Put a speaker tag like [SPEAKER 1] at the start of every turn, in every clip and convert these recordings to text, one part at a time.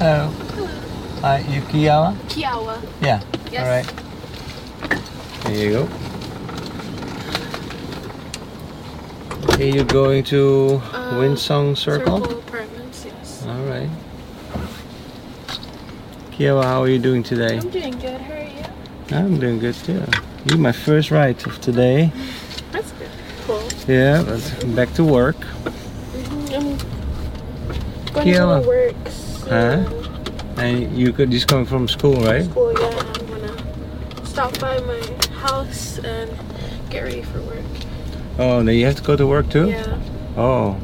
[SPEAKER 1] Hello. Oh. Hi, Yukiyawa?
[SPEAKER 2] Kiawa.
[SPEAKER 1] Yeah.
[SPEAKER 2] Yes.
[SPEAKER 1] All right. There you go. Okay, you're going to
[SPEAKER 2] Uh,
[SPEAKER 1] Winsong Circle?
[SPEAKER 2] Apartments, yes.
[SPEAKER 1] All right. Kiawa, how are you doing today?
[SPEAKER 2] I'm doing good. How are you?
[SPEAKER 1] I'm doing good too. You my first ride of today.
[SPEAKER 2] That's good. Cool.
[SPEAKER 1] Yeah, but back to work.
[SPEAKER 2] Mm, I'm going
[SPEAKER 1] Kiawa.
[SPEAKER 2] to go to work. So
[SPEAKER 1] Huh? And you could just coming from school, right?
[SPEAKER 2] School, yeah. and I'm gonna stop by my house and get ready for work.
[SPEAKER 1] Oh, then you have to go to work too?
[SPEAKER 2] Yeah.
[SPEAKER 1] Oh.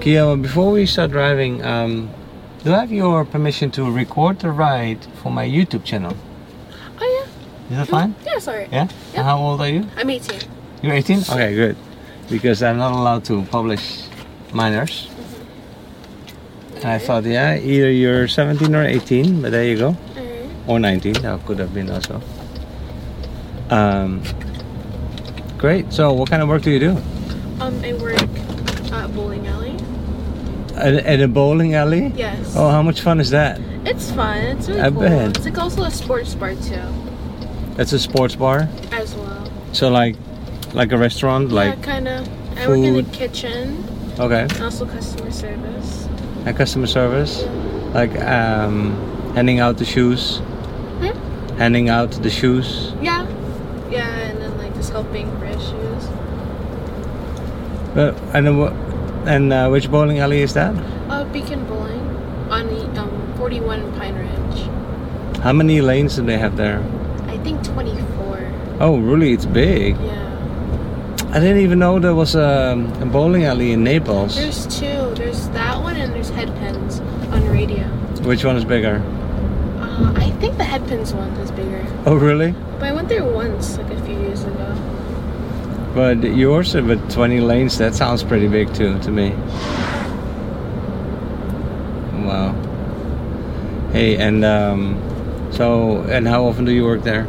[SPEAKER 1] Kiawa, before we start driving, um, do I have your permission to record the ride for my YouTube channel?
[SPEAKER 2] Oh
[SPEAKER 1] Is that
[SPEAKER 2] yeah.
[SPEAKER 1] fine?
[SPEAKER 2] Yeah, sorry.
[SPEAKER 1] Yeah?
[SPEAKER 2] Yeah.
[SPEAKER 1] How old are you?
[SPEAKER 2] I'm 18.
[SPEAKER 1] You're 18? Okay, good. Because I'm not allowed to publish minors. And I thought, yeah, either you're 17 or 18, but there you go.
[SPEAKER 2] Alright.
[SPEAKER 1] Or 19, that could have been also. Um, great. So, what kind of work do you do?
[SPEAKER 2] Um, I work at a bowling alley.
[SPEAKER 1] At, at a bowling alley?
[SPEAKER 2] Yes.
[SPEAKER 1] Oh, how much fun is that?
[SPEAKER 2] It's fun. It's really
[SPEAKER 1] I
[SPEAKER 2] cool.
[SPEAKER 1] bet.
[SPEAKER 2] It's like also a sports bar too,
[SPEAKER 1] That's a sports bar.
[SPEAKER 2] as well.
[SPEAKER 1] So like, like a restaurant. Like
[SPEAKER 2] yeah, kind of. I work in the
[SPEAKER 1] food.
[SPEAKER 2] kitchen.
[SPEAKER 1] okay,
[SPEAKER 2] and Also customer service.
[SPEAKER 1] a customer service. Like um, handing out the shoes.
[SPEAKER 2] Hmm?
[SPEAKER 1] Handing out the shoes.
[SPEAKER 2] Yeah. Yeah, and then like just helping for issues.
[SPEAKER 1] Uh, and then wha- and uh, which bowling alley is that?
[SPEAKER 2] Uh, Beacon Bowling on the, um 41 Pine Ridge.
[SPEAKER 1] How many lanes do they have there?
[SPEAKER 2] I think 24.
[SPEAKER 1] Oh, really? It's big.
[SPEAKER 2] Yeah.
[SPEAKER 1] I didn't even know there was um, a bowling alley in Naples.
[SPEAKER 2] There's two. There's that one and there's Headpins on radio.
[SPEAKER 1] Which one is bigger?
[SPEAKER 2] Uh, I think the Headpins one is bigger.
[SPEAKER 1] Oh, really?
[SPEAKER 2] But I went there once, like a few years ago.
[SPEAKER 1] But yours uh, with 20 lanes, that sounds pretty big too to me. Wow. Hey, and um, so, and how often do you work there?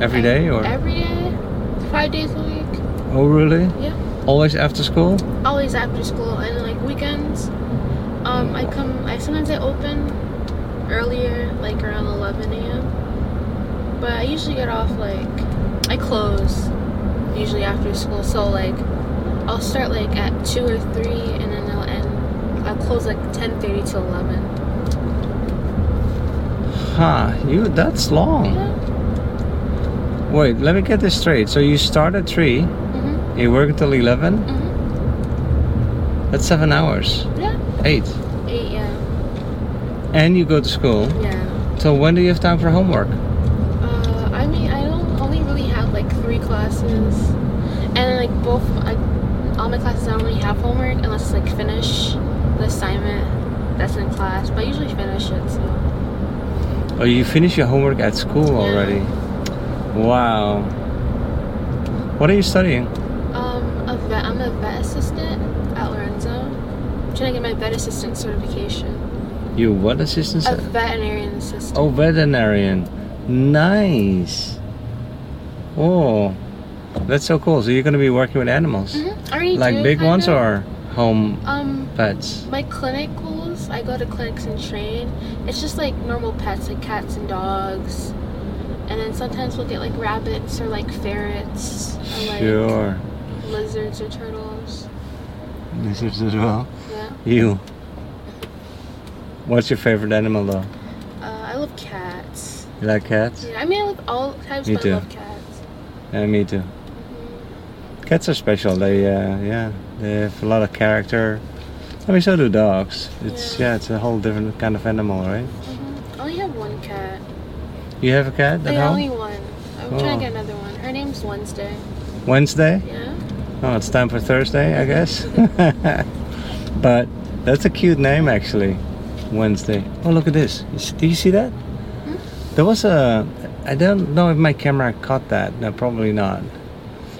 [SPEAKER 1] Every day or?
[SPEAKER 2] Every day. Five days a week.
[SPEAKER 1] oh, really?
[SPEAKER 2] Yeah.
[SPEAKER 1] Always after school?
[SPEAKER 2] always after school and like weekends um i come i sometimes i open earlier like around 11 a.m but i usually get off like i close usually after school so like i'll start like at 2 or 3 and then i'll end i'll close like 10.30 to 11
[SPEAKER 1] Huh, you, that's long.
[SPEAKER 2] yeah
[SPEAKER 1] Wait, let me get this straight. So you start at 3,
[SPEAKER 2] mm-hmm.
[SPEAKER 1] you work until 11?
[SPEAKER 2] Mm-hmm.
[SPEAKER 1] That's 7 hours.
[SPEAKER 2] yeah
[SPEAKER 1] 8.
[SPEAKER 2] 8 yeah
[SPEAKER 1] And you go to school.
[SPEAKER 2] yeah
[SPEAKER 1] So when do you have time for homework?
[SPEAKER 2] uh, i mean i don't only really have like three classes and like both I, all my classes I only have homework unless it's like finish the assignment that's in class but I usually finish it so
[SPEAKER 1] Oh, you finish your homework at school
[SPEAKER 2] Yeah.
[SPEAKER 1] already? Wow. What are you studying?
[SPEAKER 2] um a vet, I'm a vet assistant at Lorenzo I'm trying to get my vet assistant certification
[SPEAKER 1] You what assistant?
[SPEAKER 2] a
[SPEAKER 1] se-
[SPEAKER 2] veterinarian assistant
[SPEAKER 1] Oh, veterinarian. Nice. Oh, that's so cool. So you're gonna be working with animals,
[SPEAKER 2] Mhm, I already
[SPEAKER 1] Oh. like
[SPEAKER 2] do,
[SPEAKER 1] big
[SPEAKER 2] kinda.
[SPEAKER 1] ones or home
[SPEAKER 2] um
[SPEAKER 1] pets?
[SPEAKER 2] my clinicals I go to clinics and train it's just like normal pets like cats and dogs and then sometimes we'll get like rabbits or like ferrets or like
[SPEAKER 1] Sure.
[SPEAKER 2] lizards or turtles
[SPEAKER 1] This is as well.
[SPEAKER 2] yeah
[SPEAKER 1] You. What's your favorite animal though?
[SPEAKER 2] Uh, I love cats.
[SPEAKER 1] You like cats?
[SPEAKER 2] Yeah, I mean, I love all types,
[SPEAKER 1] Me
[SPEAKER 2] but
[SPEAKER 1] too.
[SPEAKER 2] I love cats.
[SPEAKER 1] Yeah, me too. Cats are special. They, uh, yeah, they have a lot of character. I mean, so do dogs. It's yeah,
[SPEAKER 2] Yeah.
[SPEAKER 1] it's a whole different kind of animal, right?
[SPEAKER 2] hmm I only have one cat.
[SPEAKER 1] You have a cat at
[SPEAKER 2] I
[SPEAKER 1] home?
[SPEAKER 2] only one. I'm trying to
[SPEAKER 1] Oh.
[SPEAKER 2] get another one. Her name's Wednesday.
[SPEAKER 1] Wednesday?
[SPEAKER 2] Yeah.
[SPEAKER 1] Oh, it's time for Thursday, I guess. but that's a cute name, actually. Wednesday. Oh, look at this. You s- Do you see that? There was a. I don't know if my camera caught that. No, probably not.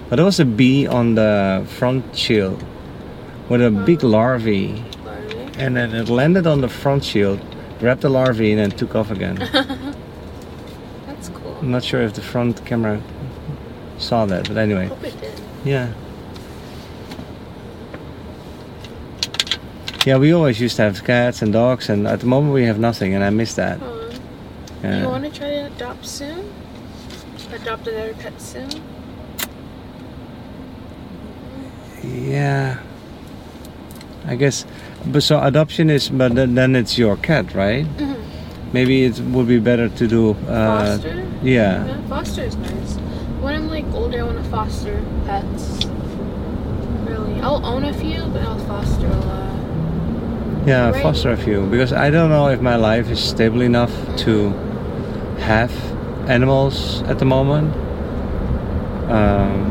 [SPEAKER 1] But there was a bee on the front shield with a big larvae.
[SPEAKER 2] Larvae.
[SPEAKER 1] and then it landed on the front shield, grabbed the larvae, and then took off again.
[SPEAKER 2] That's cool.
[SPEAKER 1] I'm not sure if the front camera saw that, but anyway,
[SPEAKER 2] Hope it did.
[SPEAKER 1] yeah. Yeah, we always used to have cats and dogs, and at the moment we have nothing, and I miss that.
[SPEAKER 2] Um, Do you
[SPEAKER 1] Yeah.
[SPEAKER 2] want to try to adopt soon? Adopt another pet soon?
[SPEAKER 1] Yeah. I guess, but so adoption is, but then, then it's your cat, right?
[SPEAKER 2] Mhm.
[SPEAKER 1] Maybe it would be better to do. Uh,
[SPEAKER 2] foster?
[SPEAKER 1] Yeah.
[SPEAKER 2] Yeah, foster is nice. When I'm like older, I want to foster pets. Really, I'll own a few, but I'll foster a lot.
[SPEAKER 1] Yeah,
[SPEAKER 2] Right.
[SPEAKER 1] foster a few because I don't know if my life is stable enough to have animals at the moment. Um,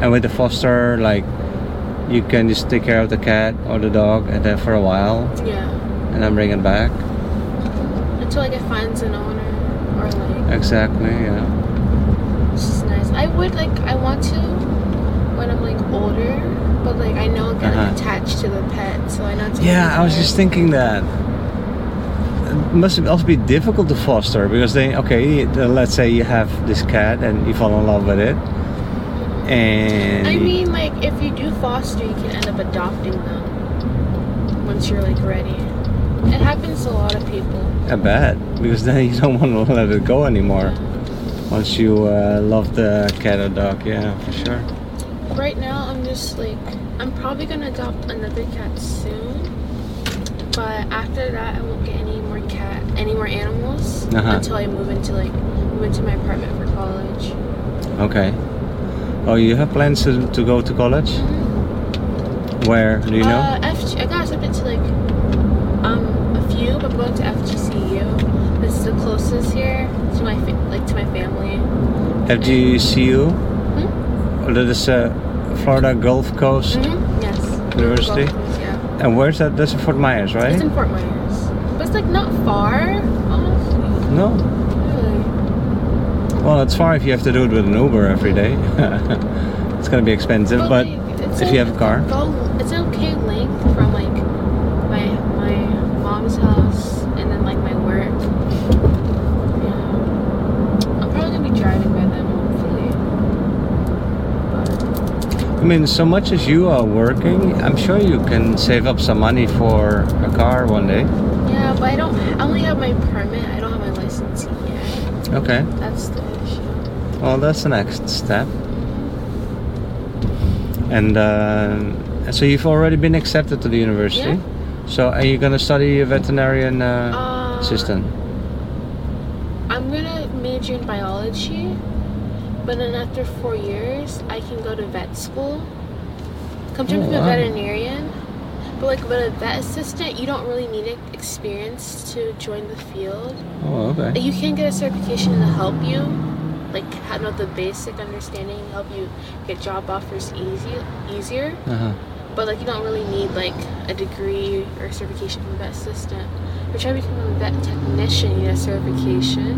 [SPEAKER 1] and with the foster, like you can just take care of the cat or the dog, and then for a while,
[SPEAKER 2] Yeah,
[SPEAKER 1] and then bring it back.
[SPEAKER 2] until like it finds an owner or like
[SPEAKER 1] Exactly. Yeah.
[SPEAKER 2] it's just nice. I would like I want to when I'm like older, but like I know I get
[SPEAKER 1] Uh-huh.
[SPEAKER 2] like, attached to the pet, so I know. It's gonna be
[SPEAKER 1] Yeah, I was
[SPEAKER 2] hard.
[SPEAKER 1] just thinking that. It must also be difficult to foster because they okay, uh, let's say you have this cat and you fall in love with it, and
[SPEAKER 2] I mean, like if you do foster, you can end up adopting them once you're like ready. It happens to a lot of people.
[SPEAKER 1] a bad because then you don't want to let it go anymore once you uh, love the cat or dog. Yeah, for sure.
[SPEAKER 2] Right now, I'm just like, I'm probably gonna adopt another cat soon. But after that, I won't get any more cat, any more animals
[SPEAKER 1] Uh-huh.
[SPEAKER 2] until I move into like, move into my apartment for college.
[SPEAKER 1] Okay. Oh, you have plans to, to go to college? Where Mm-hmm. do you know?
[SPEAKER 2] Uh, FG, I got accepted to like, um, a few, but I'm going to FGCU. This is the closest here to my, fa- like, to my family. Uh,
[SPEAKER 1] FGCU.
[SPEAKER 2] Mm-hmm.
[SPEAKER 1] That is uh, Florida Gulf Coast.
[SPEAKER 2] hmm Yes.
[SPEAKER 1] University?
[SPEAKER 2] Yeah.
[SPEAKER 1] And where's that? That's in Fort Myers, right?
[SPEAKER 2] It's in Fort Myers, but it's like not far, honestly.
[SPEAKER 1] no.
[SPEAKER 2] Really.
[SPEAKER 1] Well, it's far if you have to do it with an Uber every day. it's gonna be expensive, but
[SPEAKER 2] like, it's
[SPEAKER 1] if you have a car.
[SPEAKER 2] go- it's okay length from like my my mom's house and then like my work. Yeah, I'm probably gonna be driving by then hopefully. But
[SPEAKER 1] I mean, so much as you are working, I'm sure you can save up some money for a car one day.
[SPEAKER 2] yeah, but I don't. I only have my permit. I don't have my license yet.
[SPEAKER 1] Okay.
[SPEAKER 2] That's the issue.
[SPEAKER 1] Well, that's the next step. And uh, so you've already been accepted to the university. So are you gonna study veterinarian uh,
[SPEAKER 2] Uh,
[SPEAKER 1] assistant?
[SPEAKER 2] I'm gonna major in biology, but then after four years, I can go to vet school. Come to
[SPEAKER 1] Oh,
[SPEAKER 2] be a
[SPEAKER 1] wow.
[SPEAKER 2] veterinarian, but like with a vet assistant, you don't really need e- experience to join the field.
[SPEAKER 1] Oh, okay.
[SPEAKER 2] Like, You can get a certification to help you, like have know the basic understanding, help you get job offers easy easier.
[SPEAKER 1] Uh-huh.
[SPEAKER 2] But like you don't really need like a degree or certification from a vet assistant. If you're trying to become a vet technician, you need a certification.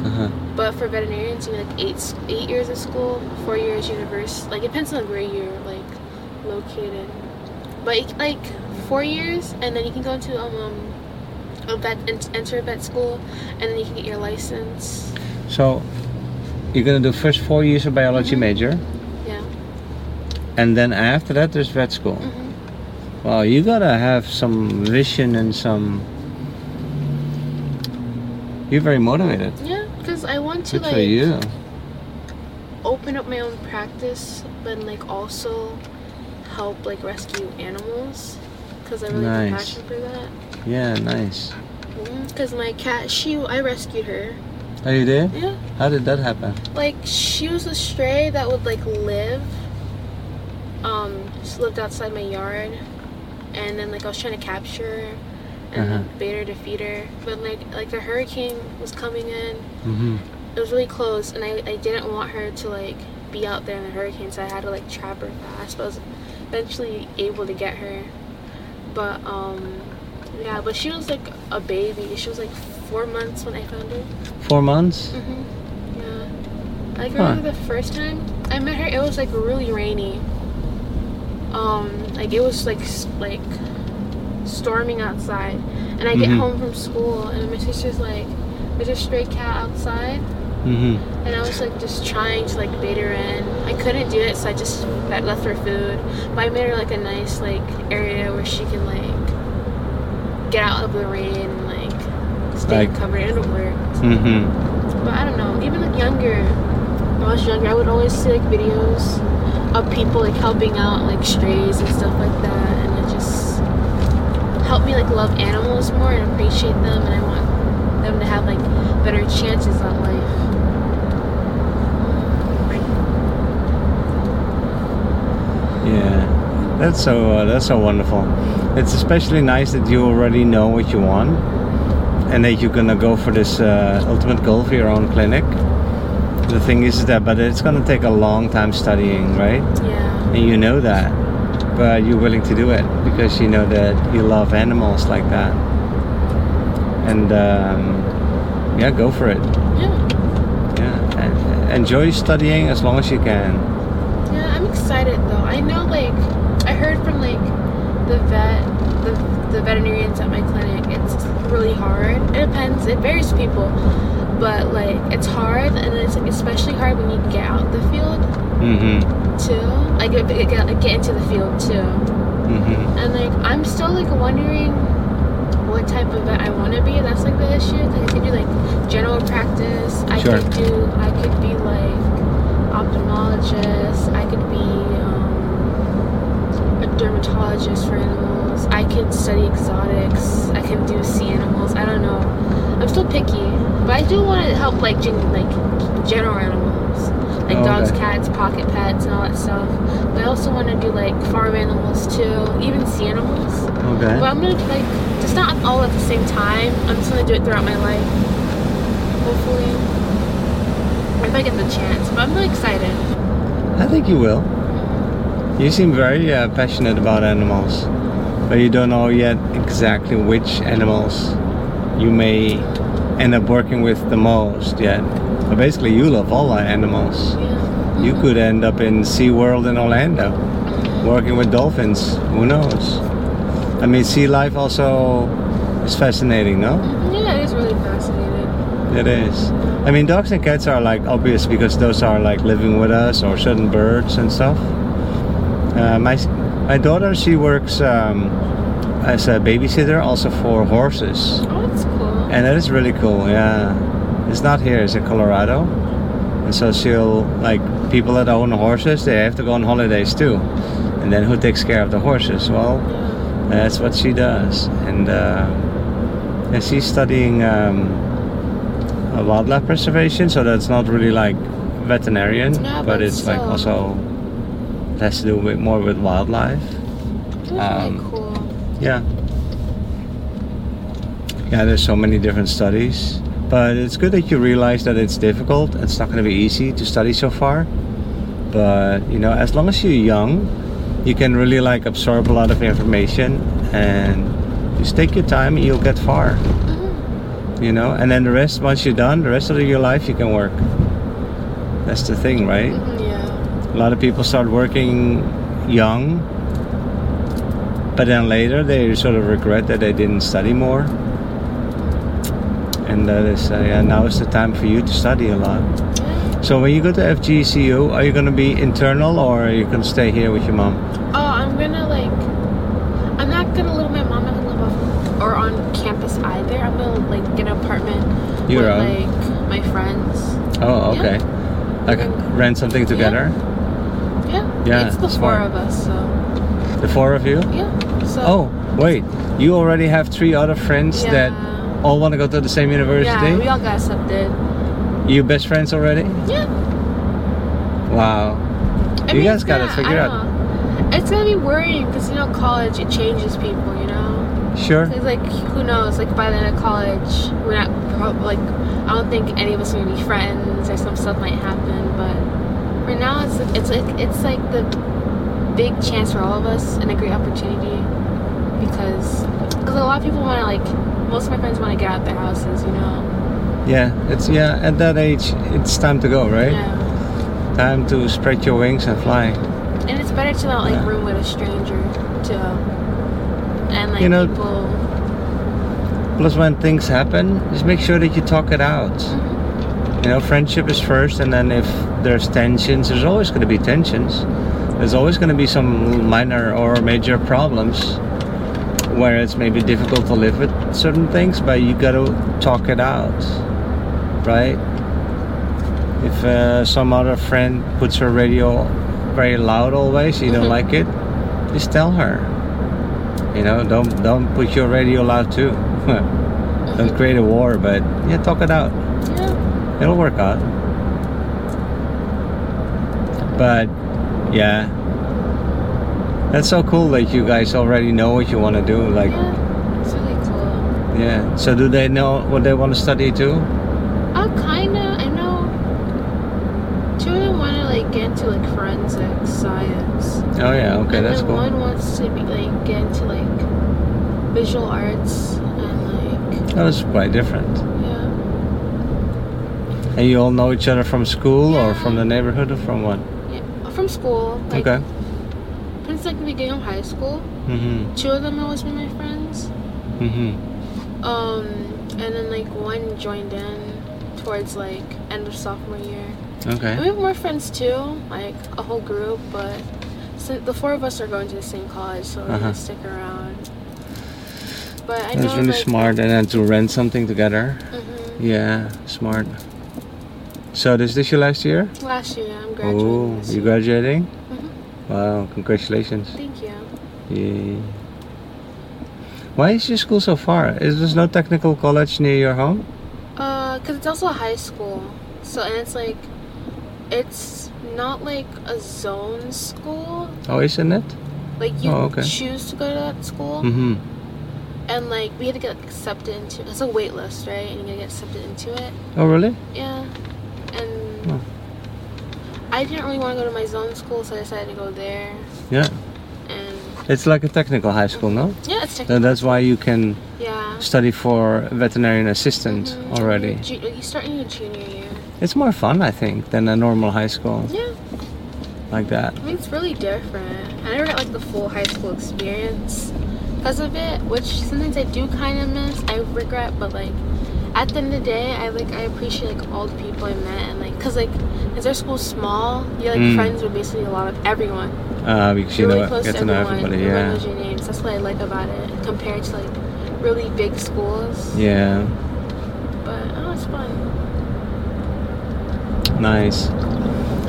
[SPEAKER 1] Uh-huh.
[SPEAKER 2] But for veterinarians, you need like eight s- eight years of school, four years university. Like it depends on where you're like located. But you c- like four years, and then you can go into um, um a vet en- enter a vet school, and then you can get your license.
[SPEAKER 1] So you're gonna do first four years of biology
[SPEAKER 2] Mhm.
[SPEAKER 1] major,
[SPEAKER 2] Yeah.
[SPEAKER 1] and then after that there's vet school.
[SPEAKER 2] Mhm.
[SPEAKER 1] Wow, you gotta have some vision and some. You're very motivated.
[SPEAKER 2] Yeah, because I want to
[SPEAKER 1] Good for
[SPEAKER 2] like
[SPEAKER 1] you.
[SPEAKER 2] open up my own practice, but like also help like rescue animals, because I really have a
[SPEAKER 1] Nice.
[SPEAKER 2] passion for that.
[SPEAKER 1] Yeah, nice.
[SPEAKER 2] Because my cat, she I rescued her.
[SPEAKER 1] Oh, you did?
[SPEAKER 2] Yeah.
[SPEAKER 1] How did that happen?
[SPEAKER 2] like she was a stray that would like live um just lived outside my yard and then like i was trying to capture her and
[SPEAKER 1] Uh-huh.
[SPEAKER 2] like, bait her to feed her but like like the hurricane was coming in
[SPEAKER 1] Mm-hmm.
[SPEAKER 2] it was really close and i, I didn't want her to like be out there in the hurricane so i had to like trap her fast but i was eventually able to get her but um yeah but she was like a baby she was like four months when i found her
[SPEAKER 1] Four months?
[SPEAKER 2] Mm-hmm. Yeah. I
[SPEAKER 1] Huh.
[SPEAKER 2] remember the first time I met her, it was like really rainy. Um, like it was like s- like storming outside, and I get
[SPEAKER 1] Mhm.
[SPEAKER 2] home from school, and my sister's like, "There's a stray cat outside,"
[SPEAKER 1] Mm-hmm.
[SPEAKER 2] and I was like just trying to like bait her in. I couldn't do it, so I just that left her food. But I made her like a nice like area where she can like get out of the rain and like stay
[SPEAKER 1] Like-
[SPEAKER 2] covered. It'll work.
[SPEAKER 1] Mm-hmm.
[SPEAKER 2] But I don't know. Even like younger, when I was younger, I would always see like videos of people like helping out like strays and stuff like that, and it just helped me like love animals more and appreciate them, and I want them to have like better chances at life.
[SPEAKER 1] Yeah. That's so uh, that's so wonderful. It's especially nice that you already know what you want, and that you're gonna go for this uh, ultimate goal for your own clinic. The thing is that, but it's gonna take a long time studying, right?
[SPEAKER 2] Yeah.
[SPEAKER 1] and you know that but you're willing to do it because you know that you love animals like that and um, yeah go for it
[SPEAKER 2] Yeah.
[SPEAKER 1] yeah and enjoy studying as long as you can
[SPEAKER 2] Yeah. I'm excited though. I know like I heard from like the vet, the, the veterinarians at my clinic. It's really hard. It depends. It varies people, but like it's hard, and it's especially hard when you get out the field
[SPEAKER 1] mm-hmm
[SPEAKER 2] too. Like if you get, like, get into the field too.
[SPEAKER 1] mm-hmm
[SPEAKER 2] And like I'm still like wondering what type of vet I want to be. That's like the issue. Like, I could do like general practice. I
[SPEAKER 1] Sure.
[SPEAKER 2] could do. I could be like ophthalmologist. I could be um, a dermatologist for animals. I could study exotics. I could do sea animals. I don't know. I'm still picky, but I do want to help like gen- like general animals, like dogs,
[SPEAKER 1] Oh, Okay.
[SPEAKER 2] cats, pocket pets, and all that stuff. But I also want to do like farm animals too, even sea animals.
[SPEAKER 1] okay
[SPEAKER 2] But I'm gonna like just not all at the same time. I'm just gonna do it throughout my life. Hopefully. If I get the chance. But I'm really excited.
[SPEAKER 1] i think you will you seem very uh, passionate about animals but you don't know yet exactly which animals you may end up working with the most yet but basically you love all animals
[SPEAKER 2] Yeah.
[SPEAKER 1] You could end up in SeaWorld in Orlando, working with dolphins. Who knows? I mean, sea life also is fascinating, no?
[SPEAKER 2] Yeah, it is really fascinating.
[SPEAKER 1] It is. I mean, dogs and cats are like obvious because those are like living with us or certain birds and stuff. Uh, my my daughter, she works um, as a babysitter also for horses.
[SPEAKER 2] Oh, it's cool.
[SPEAKER 1] And that is really cool, yeah. It's not here, it's in Colorado. And so she'll, like, people that own horses, they have to go on holidays too. And then who takes care of the horses? Well,
[SPEAKER 2] Yeah.
[SPEAKER 1] that's what she does. And, uh, and she's studying um, uh, wildlife preservation, so that's not really like veterinarian,
[SPEAKER 2] No,
[SPEAKER 1] but
[SPEAKER 2] but
[SPEAKER 1] it's like
[SPEAKER 2] still.
[SPEAKER 1] also it has to do with more with wildlife.
[SPEAKER 2] It's
[SPEAKER 1] Um,
[SPEAKER 2] really cool.
[SPEAKER 1] Yeah. Yeah, there's so many different studies. But it's good that you realize that it's difficult. It's not going to be easy to study so far. But, you know, as long as you're young, you can really like absorb a lot of information and just take your time and you'll get far,
[SPEAKER 2] Mhm.
[SPEAKER 1] you know? And then the rest, once you're done, the rest of your life you can work. That's the thing, right?
[SPEAKER 2] Mhm, Yeah.
[SPEAKER 1] A lot of people start working young, but then later they sort of regret that they didn't study more. And that is, uh, yeah, now is the time for you to study a lot.
[SPEAKER 2] Yeah.
[SPEAKER 1] So when you go to FGCU, are you going to be internal or you can stay here with your mom?
[SPEAKER 2] Oh, I'm gonna like. I'm not gonna live with my mom. I'm gonna live off or on campus either. I'm gonna like get an apartment
[SPEAKER 1] Your
[SPEAKER 2] with
[SPEAKER 1] own?
[SPEAKER 2] like my friends.
[SPEAKER 1] Oh, okay. Like
[SPEAKER 2] Mhm.
[SPEAKER 1] rent something together,
[SPEAKER 2] Yeah.
[SPEAKER 1] Yeah,
[SPEAKER 2] It's the
[SPEAKER 1] smart.
[SPEAKER 2] four of us, so
[SPEAKER 1] the four of you.
[SPEAKER 2] yeah. So
[SPEAKER 1] Oh, wait, you already have three other friends
[SPEAKER 2] yeah.
[SPEAKER 1] that all want to go to the same
[SPEAKER 2] Yeah, we
[SPEAKER 1] university.
[SPEAKER 2] all got accepted.
[SPEAKER 1] you best friends already?
[SPEAKER 2] Yeah.
[SPEAKER 1] Wow.
[SPEAKER 2] I
[SPEAKER 1] You guys
[SPEAKER 2] it's
[SPEAKER 1] gotta
[SPEAKER 2] gonna-
[SPEAKER 1] figure
[SPEAKER 2] I
[SPEAKER 1] out-
[SPEAKER 2] don't know. It's gonna be worrying because you know college it changes people. You know,
[SPEAKER 1] Sure.
[SPEAKER 2] it's like who knows? Like by the end of college, we're not prob- like I don't think any of us are gonna be friends or some stuff might happen. But for now, it's like, it's like it's like the big chance for all of us and a great opportunity because because a lot of people want to like most of my friends want to get out their houses. You know.
[SPEAKER 1] Yeah, it's yeah. At that age, it's time to go, right?
[SPEAKER 2] Yeah.
[SPEAKER 1] Time to spread your wings and fly.
[SPEAKER 2] And it's better to not like
[SPEAKER 1] Yeah.
[SPEAKER 2] room with a stranger too. And like
[SPEAKER 1] You know-
[SPEAKER 2] people
[SPEAKER 1] Plus, when things happen, just make sure that you talk it out. You know, friendship is first, and then if there's tensions, there's always going to be tensions. There's always going to be some minor or major problems. where it's maybe difficult to live with certain things, but you gotta talk it out, right? If uh, some other friend puts her radio very loud always, you don't
[SPEAKER 2] Mhm.
[SPEAKER 1] like it, just tell her. You know, don't don't put your radio loud too. don't create a war, but yeah, talk it out.
[SPEAKER 2] Yeah.
[SPEAKER 1] It'll work out. But yeah. That's so cool that you guys already know what you want to do. Like,
[SPEAKER 2] yeah. It's really cool.
[SPEAKER 1] yeah. So, do they know what they want to study too?
[SPEAKER 2] Oh, kinda. I know. Two of them want to like get into like forensic science.
[SPEAKER 1] Oh, yeah. Okay,
[SPEAKER 2] and
[SPEAKER 1] that's
[SPEAKER 2] then
[SPEAKER 1] cool.
[SPEAKER 2] One wants to be like get into like visual arts and like
[SPEAKER 1] Oh, that's quite different.
[SPEAKER 2] yeah
[SPEAKER 1] And you all know each other from school or from the neighborhood or from what?
[SPEAKER 2] yeah from school. Like,
[SPEAKER 1] Okay.
[SPEAKER 2] Since like the beginning of high school,
[SPEAKER 1] Mm
[SPEAKER 2] two of them have always been my friends.
[SPEAKER 1] hmm. Mm
[SPEAKER 2] Um, and then like one joined in towards like end of sophomore year.
[SPEAKER 1] hmm.
[SPEAKER 2] And
[SPEAKER 1] Okay.
[SPEAKER 2] we have more friends too, like a whole group, but since the four of us are going to the same college, so we're
[SPEAKER 1] Uh-huh.
[SPEAKER 2] gonna stick around. But I
[SPEAKER 1] That's
[SPEAKER 2] know
[SPEAKER 1] really
[SPEAKER 2] like,
[SPEAKER 1] smart. And then to rent something together.
[SPEAKER 2] mhm.
[SPEAKER 1] Yeah, smart. So, this this your last year?
[SPEAKER 2] last year I'm graduating.
[SPEAKER 1] Oh,
[SPEAKER 2] this
[SPEAKER 1] you
[SPEAKER 2] year.
[SPEAKER 1] graduating?
[SPEAKER 2] Mhm.
[SPEAKER 1] Wow, congratulations.
[SPEAKER 2] Thank you.
[SPEAKER 1] Yay. Why is your school so far? Is there no technical college near your home?
[SPEAKER 2] Uh, cause it's also a high school, so and it's like, it's not like a zone school.
[SPEAKER 1] Oh, isn't it?
[SPEAKER 2] Like you
[SPEAKER 1] Oh, okay.
[SPEAKER 2] choose to go to that school,
[SPEAKER 1] Mm-hmm.
[SPEAKER 2] and like we had to get accepted into. It's a wait list, right? And you gotta get accepted into it.
[SPEAKER 1] Oh, really?
[SPEAKER 2] Yeah, and
[SPEAKER 1] Huh. Hmm.
[SPEAKER 2] I didn't really want to go to my zone school, so I decided to go there.
[SPEAKER 1] Yeah.
[SPEAKER 2] And
[SPEAKER 1] It's like a technical high school, no?
[SPEAKER 2] yeah, it's
[SPEAKER 1] So
[SPEAKER 2] technical.
[SPEAKER 1] that's why you can
[SPEAKER 2] Yeah.
[SPEAKER 1] study for veterinarian assistant
[SPEAKER 2] Mhm.
[SPEAKER 1] already.
[SPEAKER 2] Ju- you start in your junior year.
[SPEAKER 1] It's more fun, I think, than a normal high school
[SPEAKER 2] Yeah,
[SPEAKER 1] like that.
[SPEAKER 2] I mean it's really different. I never got like the full high school experience because of it, which sometimes I do kind of miss. I regret, but like at the end of the day, I like I appreciate like all the people I met and like because like is our school small? You're like
[SPEAKER 1] Mm.
[SPEAKER 2] friends with basically a lot of everyone.
[SPEAKER 1] Uh, because you
[SPEAKER 2] You're
[SPEAKER 1] know,
[SPEAKER 2] really close
[SPEAKER 1] get
[SPEAKER 2] to
[SPEAKER 1] to know
[SPEAKER 2] everyone.
[SPEAKER 1] everybody.
[SPEAKER 2] everyone
[SPEAKER 1] Yeah.
[SPEAKER 2] knows your names. That's what I like about it compared to like really big schools.
[SPEAKER 1] Yeah.
[SPEAKER 2] But oh, it's fun.
[SPEAKER 1] Nice.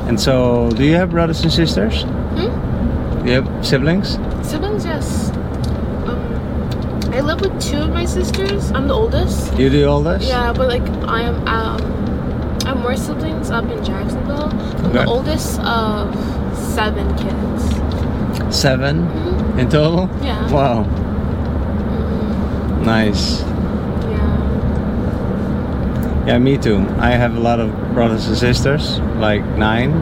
[SPEAKER 1] And so, do you have brothers and sisters?
[SPEAKER 2] Hmm?
[SPEAKER 1] Do you have siblings?
[SPEAKER 2] Siblings, yes. Um, I live with two of my sisters. I'm the oldest.
[SPEAKER 1] You do all this?
[SPEAKER 2] Yeah, but like I am um I have more siblings up in Jacksonville. I'm
[SPEAKER 1] Okay.
[SPEAKER 2] the oldest of seven kids.
[SPEAKER 1] Seven
[SPEAKER 2] Mhm,
[SPEAKER 1] in total?
[SPEAKER 2] Yeah.
[SPEAKER 1] Wow.
[SPEAKER 2] mhm,
[SPEAKER 1] Nice.
[SPEAKER 2] Mm-hmm. Yeah.
[SPEAKER 1] Yeah, me too. I have a lot of brothers and sisters, like nine.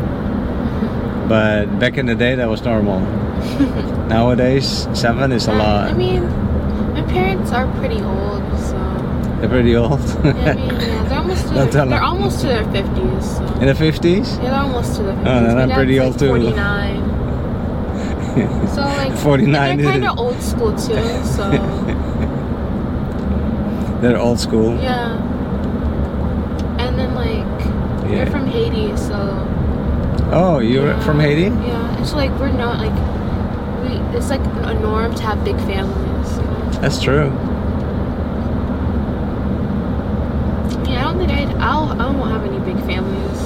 [SPEAKER 1] But back in the day, that was normal. Nowadays, seven is a
[SPEAKER 2] Yeah, I
[SPEAKER 1] lot.
[SPEAKER 2] mean, my parents are pretty old, so
[SPEAKER 1] They're pretty old.
[SPEAKER 2] yeah, I mean, yeah, they're almost to
[SPEAKER 1] Don't
[SPEAKER 2] their,
[SPEAKER 1] tell
[SPEAKER 2] they're
[SPEAKER 1] 'em.
[SPEAKER 2] almost to their fifties. So.
[SPEAKER 1] In the 50s?
[SPEAKER 2] Yeah, they're almost to the 50s.
[SPEAKER 1] then
[SPEAKER 2] My
[SPEAKER 1] I'm
[SPEAKER 2] dad's,
[SPEAKER 1] Oh, pretty
[SPEAKER 2] like
[SPEAKER 1] old, too.
[SPEAKER 2] 49. So like
[SPEAKER 1] 49
[SPEAKER 2] They're kind
[SPEAKER 1] is-
[SPEAKER 2] of old school too. So
[SPEAKER 1] They're old school.
[SPEAKER 2] yeah. And then like they're
[SPEAKER 1] Yeah.
[SPEAKER 2] from Haiti, so
[SPEAKER 1] Oh, you're
[SPEAKER 2] yeah.
[SPEAKER 1] from Haiti?
[SPEAKER 2] Yeah. It's like we're not like we. It's like a norm to have big families. So.
[SPEAKER 1] That's true.
[SPEAKER 2] Yeah, I don't think I'd. I'll. I won't have any big families.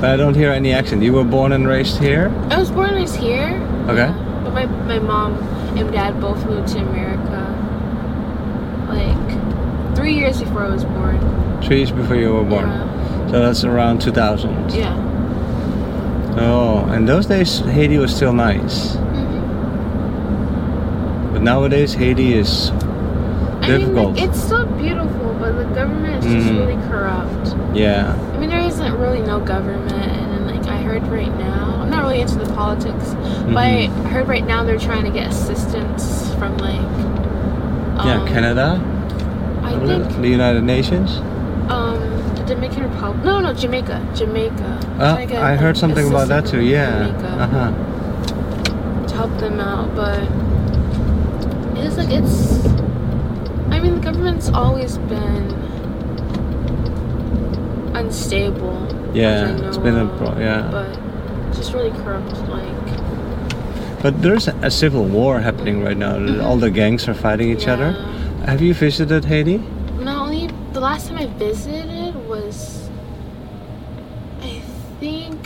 [SPEAKER 1] But I don't hear any accent. You were born and raised here?
[SPEAKER 2] I was born and raised here.
[SPEAKER 1] Okay.
[SPEAKER 2] yeah, But my my mom and dad both moved to America. Like three years before I was born.
[SPEAKER 1] Three years before you were born.
[SPEAKER 2] Yeah.
[SPEAKER 1] So that's around 2000.
[SPEAKER 2] yeah.
[SPEAKER 1] Oh, and those days, Haiti was still nice.
[SPEAKER 2] Mhm.
[SPEAKER 1] But nowadays, Haiti is.
[SPEAKER 2] I mean,
[SPEAKER 1] Difficult.
[SPEAKER 2] like, it's still beautiful, but the government is just
[SPEAKER 1] Mm.
[SPEAKER 2] really corrupt.
[SPEAKER 1] Yeah.
[SPEAKER 2] I mean, there isn't really no government, and then, like, I heard right now, I'm not really into the politics, but I
[SPEAKER 1] Mhm.
[SPEAKER 2] heard right now they're trying to get assistance from, like,
[SPEAKER 1] yeah,
[SPEAKER 2] um,
[SPEAKER 1] Canada,
[SPEAKER 2] I
[SPEAKER 1] the
[SPEAKER 2] think,
[SPEAKER 1] United Nations.
[SPEAKER 2] um, the Dominican Republic. No, no, Jamaica. Jamaica.
[SPEAKER 1] Uh,
[SPEAKER 2] Trying to get,
[SPEAKER 1] I
[SPEAKER 2] like,
[SPEAKER 1] heard something about that too.
[SPEAKER 2] assistance from
[SPEAKER 1] Yeah.
[SPEAKER 2] Jamaica.
[SPEAKER 1] Uh huh.
[SPEAKER 2] to help them out, but it's like it's. I mean, the government's always been unstable. as I
[SPEAKER 1] Yeah,
[SPEAKER 2] know
[SPEAKER 1] it's been a
[SPEAKER 2] of,
[SPEAKER 1] pro- yeah.
[SPEAKER 2] But it's just really corrupt. Like
[SPEAKER 1] But there's a civil war happening right now. All the gangs are fighting each other.
[SPEAKER 2] Yeah.
[SPEAKER 1] Have you visited Haiti?
[SPEAKER 2] Not only the last time I visited was, I think,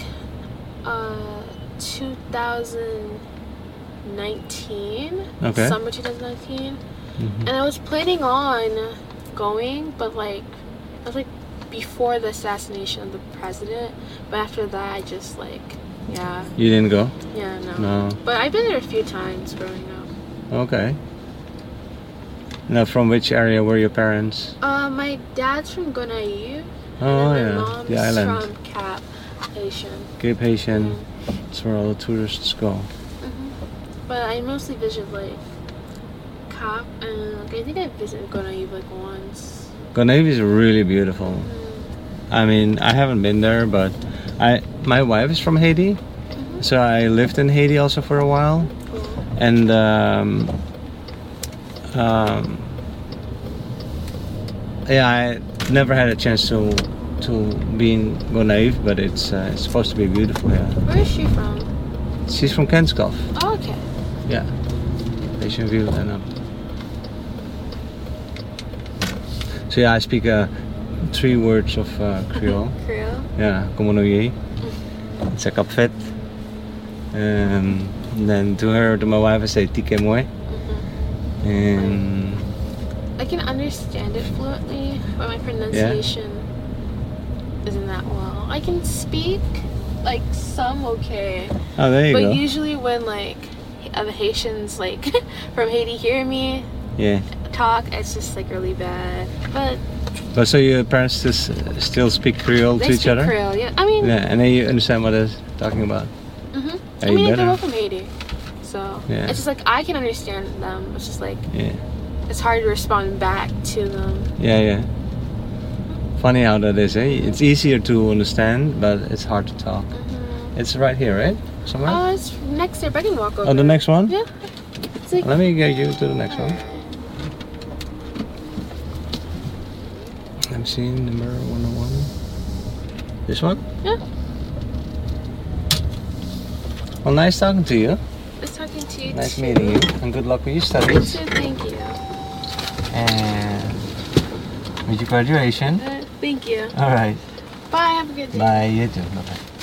[SPEAKER 2] uh, 2019.
[SPEAKER 1] Okay.
[SPEAKER 2] Summer 2019.
[SPEAKER 1] Mhm.
[SPEAKER 2] And I was planning on going, but like, I was like before the assassination of the president. But after that, I just like, yeah,
[SPEAKER 1] You didn't go?
[SPEAKER 2] yeah, no.
[SPEAKER 1] No.
[SPEAKER 2] But I've been there a few times growing up.
[SPEAKER 1] Okay. Now, from which area were your parents?
[SPEAKER 2] Uh, my dad's from Gonaïve.
[SPEAKER 1] Oh,
[SPEAKER 2] and then
[SPEAKER 1] yeah,
[SPEAKER 2] my mom's
[SPEAKER 1] the island.
[SPEAKER 2] from Mm-hmm. Cap, Haitian.
[SPEAKER 1] Cape Haitian. That's where all the tourists go.
[SPEAKER 2] But I mostly visit like Cap, and like, I think I visited Gonaïve like once.
[SPEAKER 1] Gonaïve is really beautiful. I mean, I haven't been there, but I my wife is from Haiti, so I lived in Haiti also for a while,
[SPEAKER 2] Mm-hmm. Cool.
[SPEAKER 1] and um, um, yeah, I never had a chance to to be in Gonaïve, but it's uh, it's supposed to be beautiful. Yeah,
[SPEAKER 2] Where is she from?
[SPEAKER 1] she's from Kenskov.
[SPEAKER 2] Oh, okay.
[SPEAKER 1] Yeah, Asian view and up. So yeah, I speak uh, three words of uh, Creole.
[SPEAKER 2] Creole.
[SPEAKER 1] Yeah, como no yei. It's a kapvet. Um, and then to her, to my wife, I say tike moi. And
[SPEAKER 2] Mm-hmm. I can understand it fluently, but my pronunciation isn't that well. I can speak like some okay,
[SPEAKER 1] oh, there you
[SPEAKER 2] but
[SPEAKER 1] go.
[SPEAKER 2] usually when like other Haitians like from Haiti hear me
[SPEAKER 1] yeah.
[SPEAKER 2] talk, it's just like really bad. But
[SPEAKER 1] But so your parents just uh, still speak Creole
[SPEAKER 2] they
[SPEAKER 1] to each
[SPEAKER 2] speak
[SPEAKER 1] other.
[SPEAKER 2] Creole. Yeah, I mean,
[SPEAKER 1] Yeah, and then you understand what they're talking about.
[SPEAKER 2] hmm
[SPEAKER 1] Yeah,
[SPEAKER 2] I
[SPEAKER 1] you
[SPEAKER 2] mean, like,
[SPEAKER 1] better.
[SPEAKER 2] they're both from Haiti, so
[SPEAKER 1] Yeah.
[SPEAKER 2] it's just like I can understand them. It's just like
[SPEAKER 1] Yeah.
[SPEAKER 2] it's hard to respond back to them.
[SPEAKER 1] Yeah, yeah. Funny how that is, eh? It's easier to understand, but it's hard to talk.
[SPEAKER 2] hmm
[SPEAKER 1] It's right here, right? Somewhere?
[SPEAKER 2] Oh, it's next there. But I can walk over.
[SPEAKER 1] oh, the next one?
[SPEAKER 2] Yeah. It's like
[SPEAKER 1] Let me get you to the next one. I'm seeing number 101. This one?
[SPEAKER 2] Yeah.
[SPEAKER 1] Well, nice talking to you.
[SPEAKER 2] Nice talking to you.
[SPEAKER 1] Nice
[SPEAKER 2] too.
[SPEAKER 1] meeting you. And good luck with your studies.
[SPEAKER 2] So thank you.
[SPEAKER 1] And with your graduation.
[SPEAKER 2] Uh, thank you.
[SPEAKER 1] All right.
[SPEAKER 2] Bye. Have a good day.
[SPEAKER 1] Bye. You too. Bye-bye.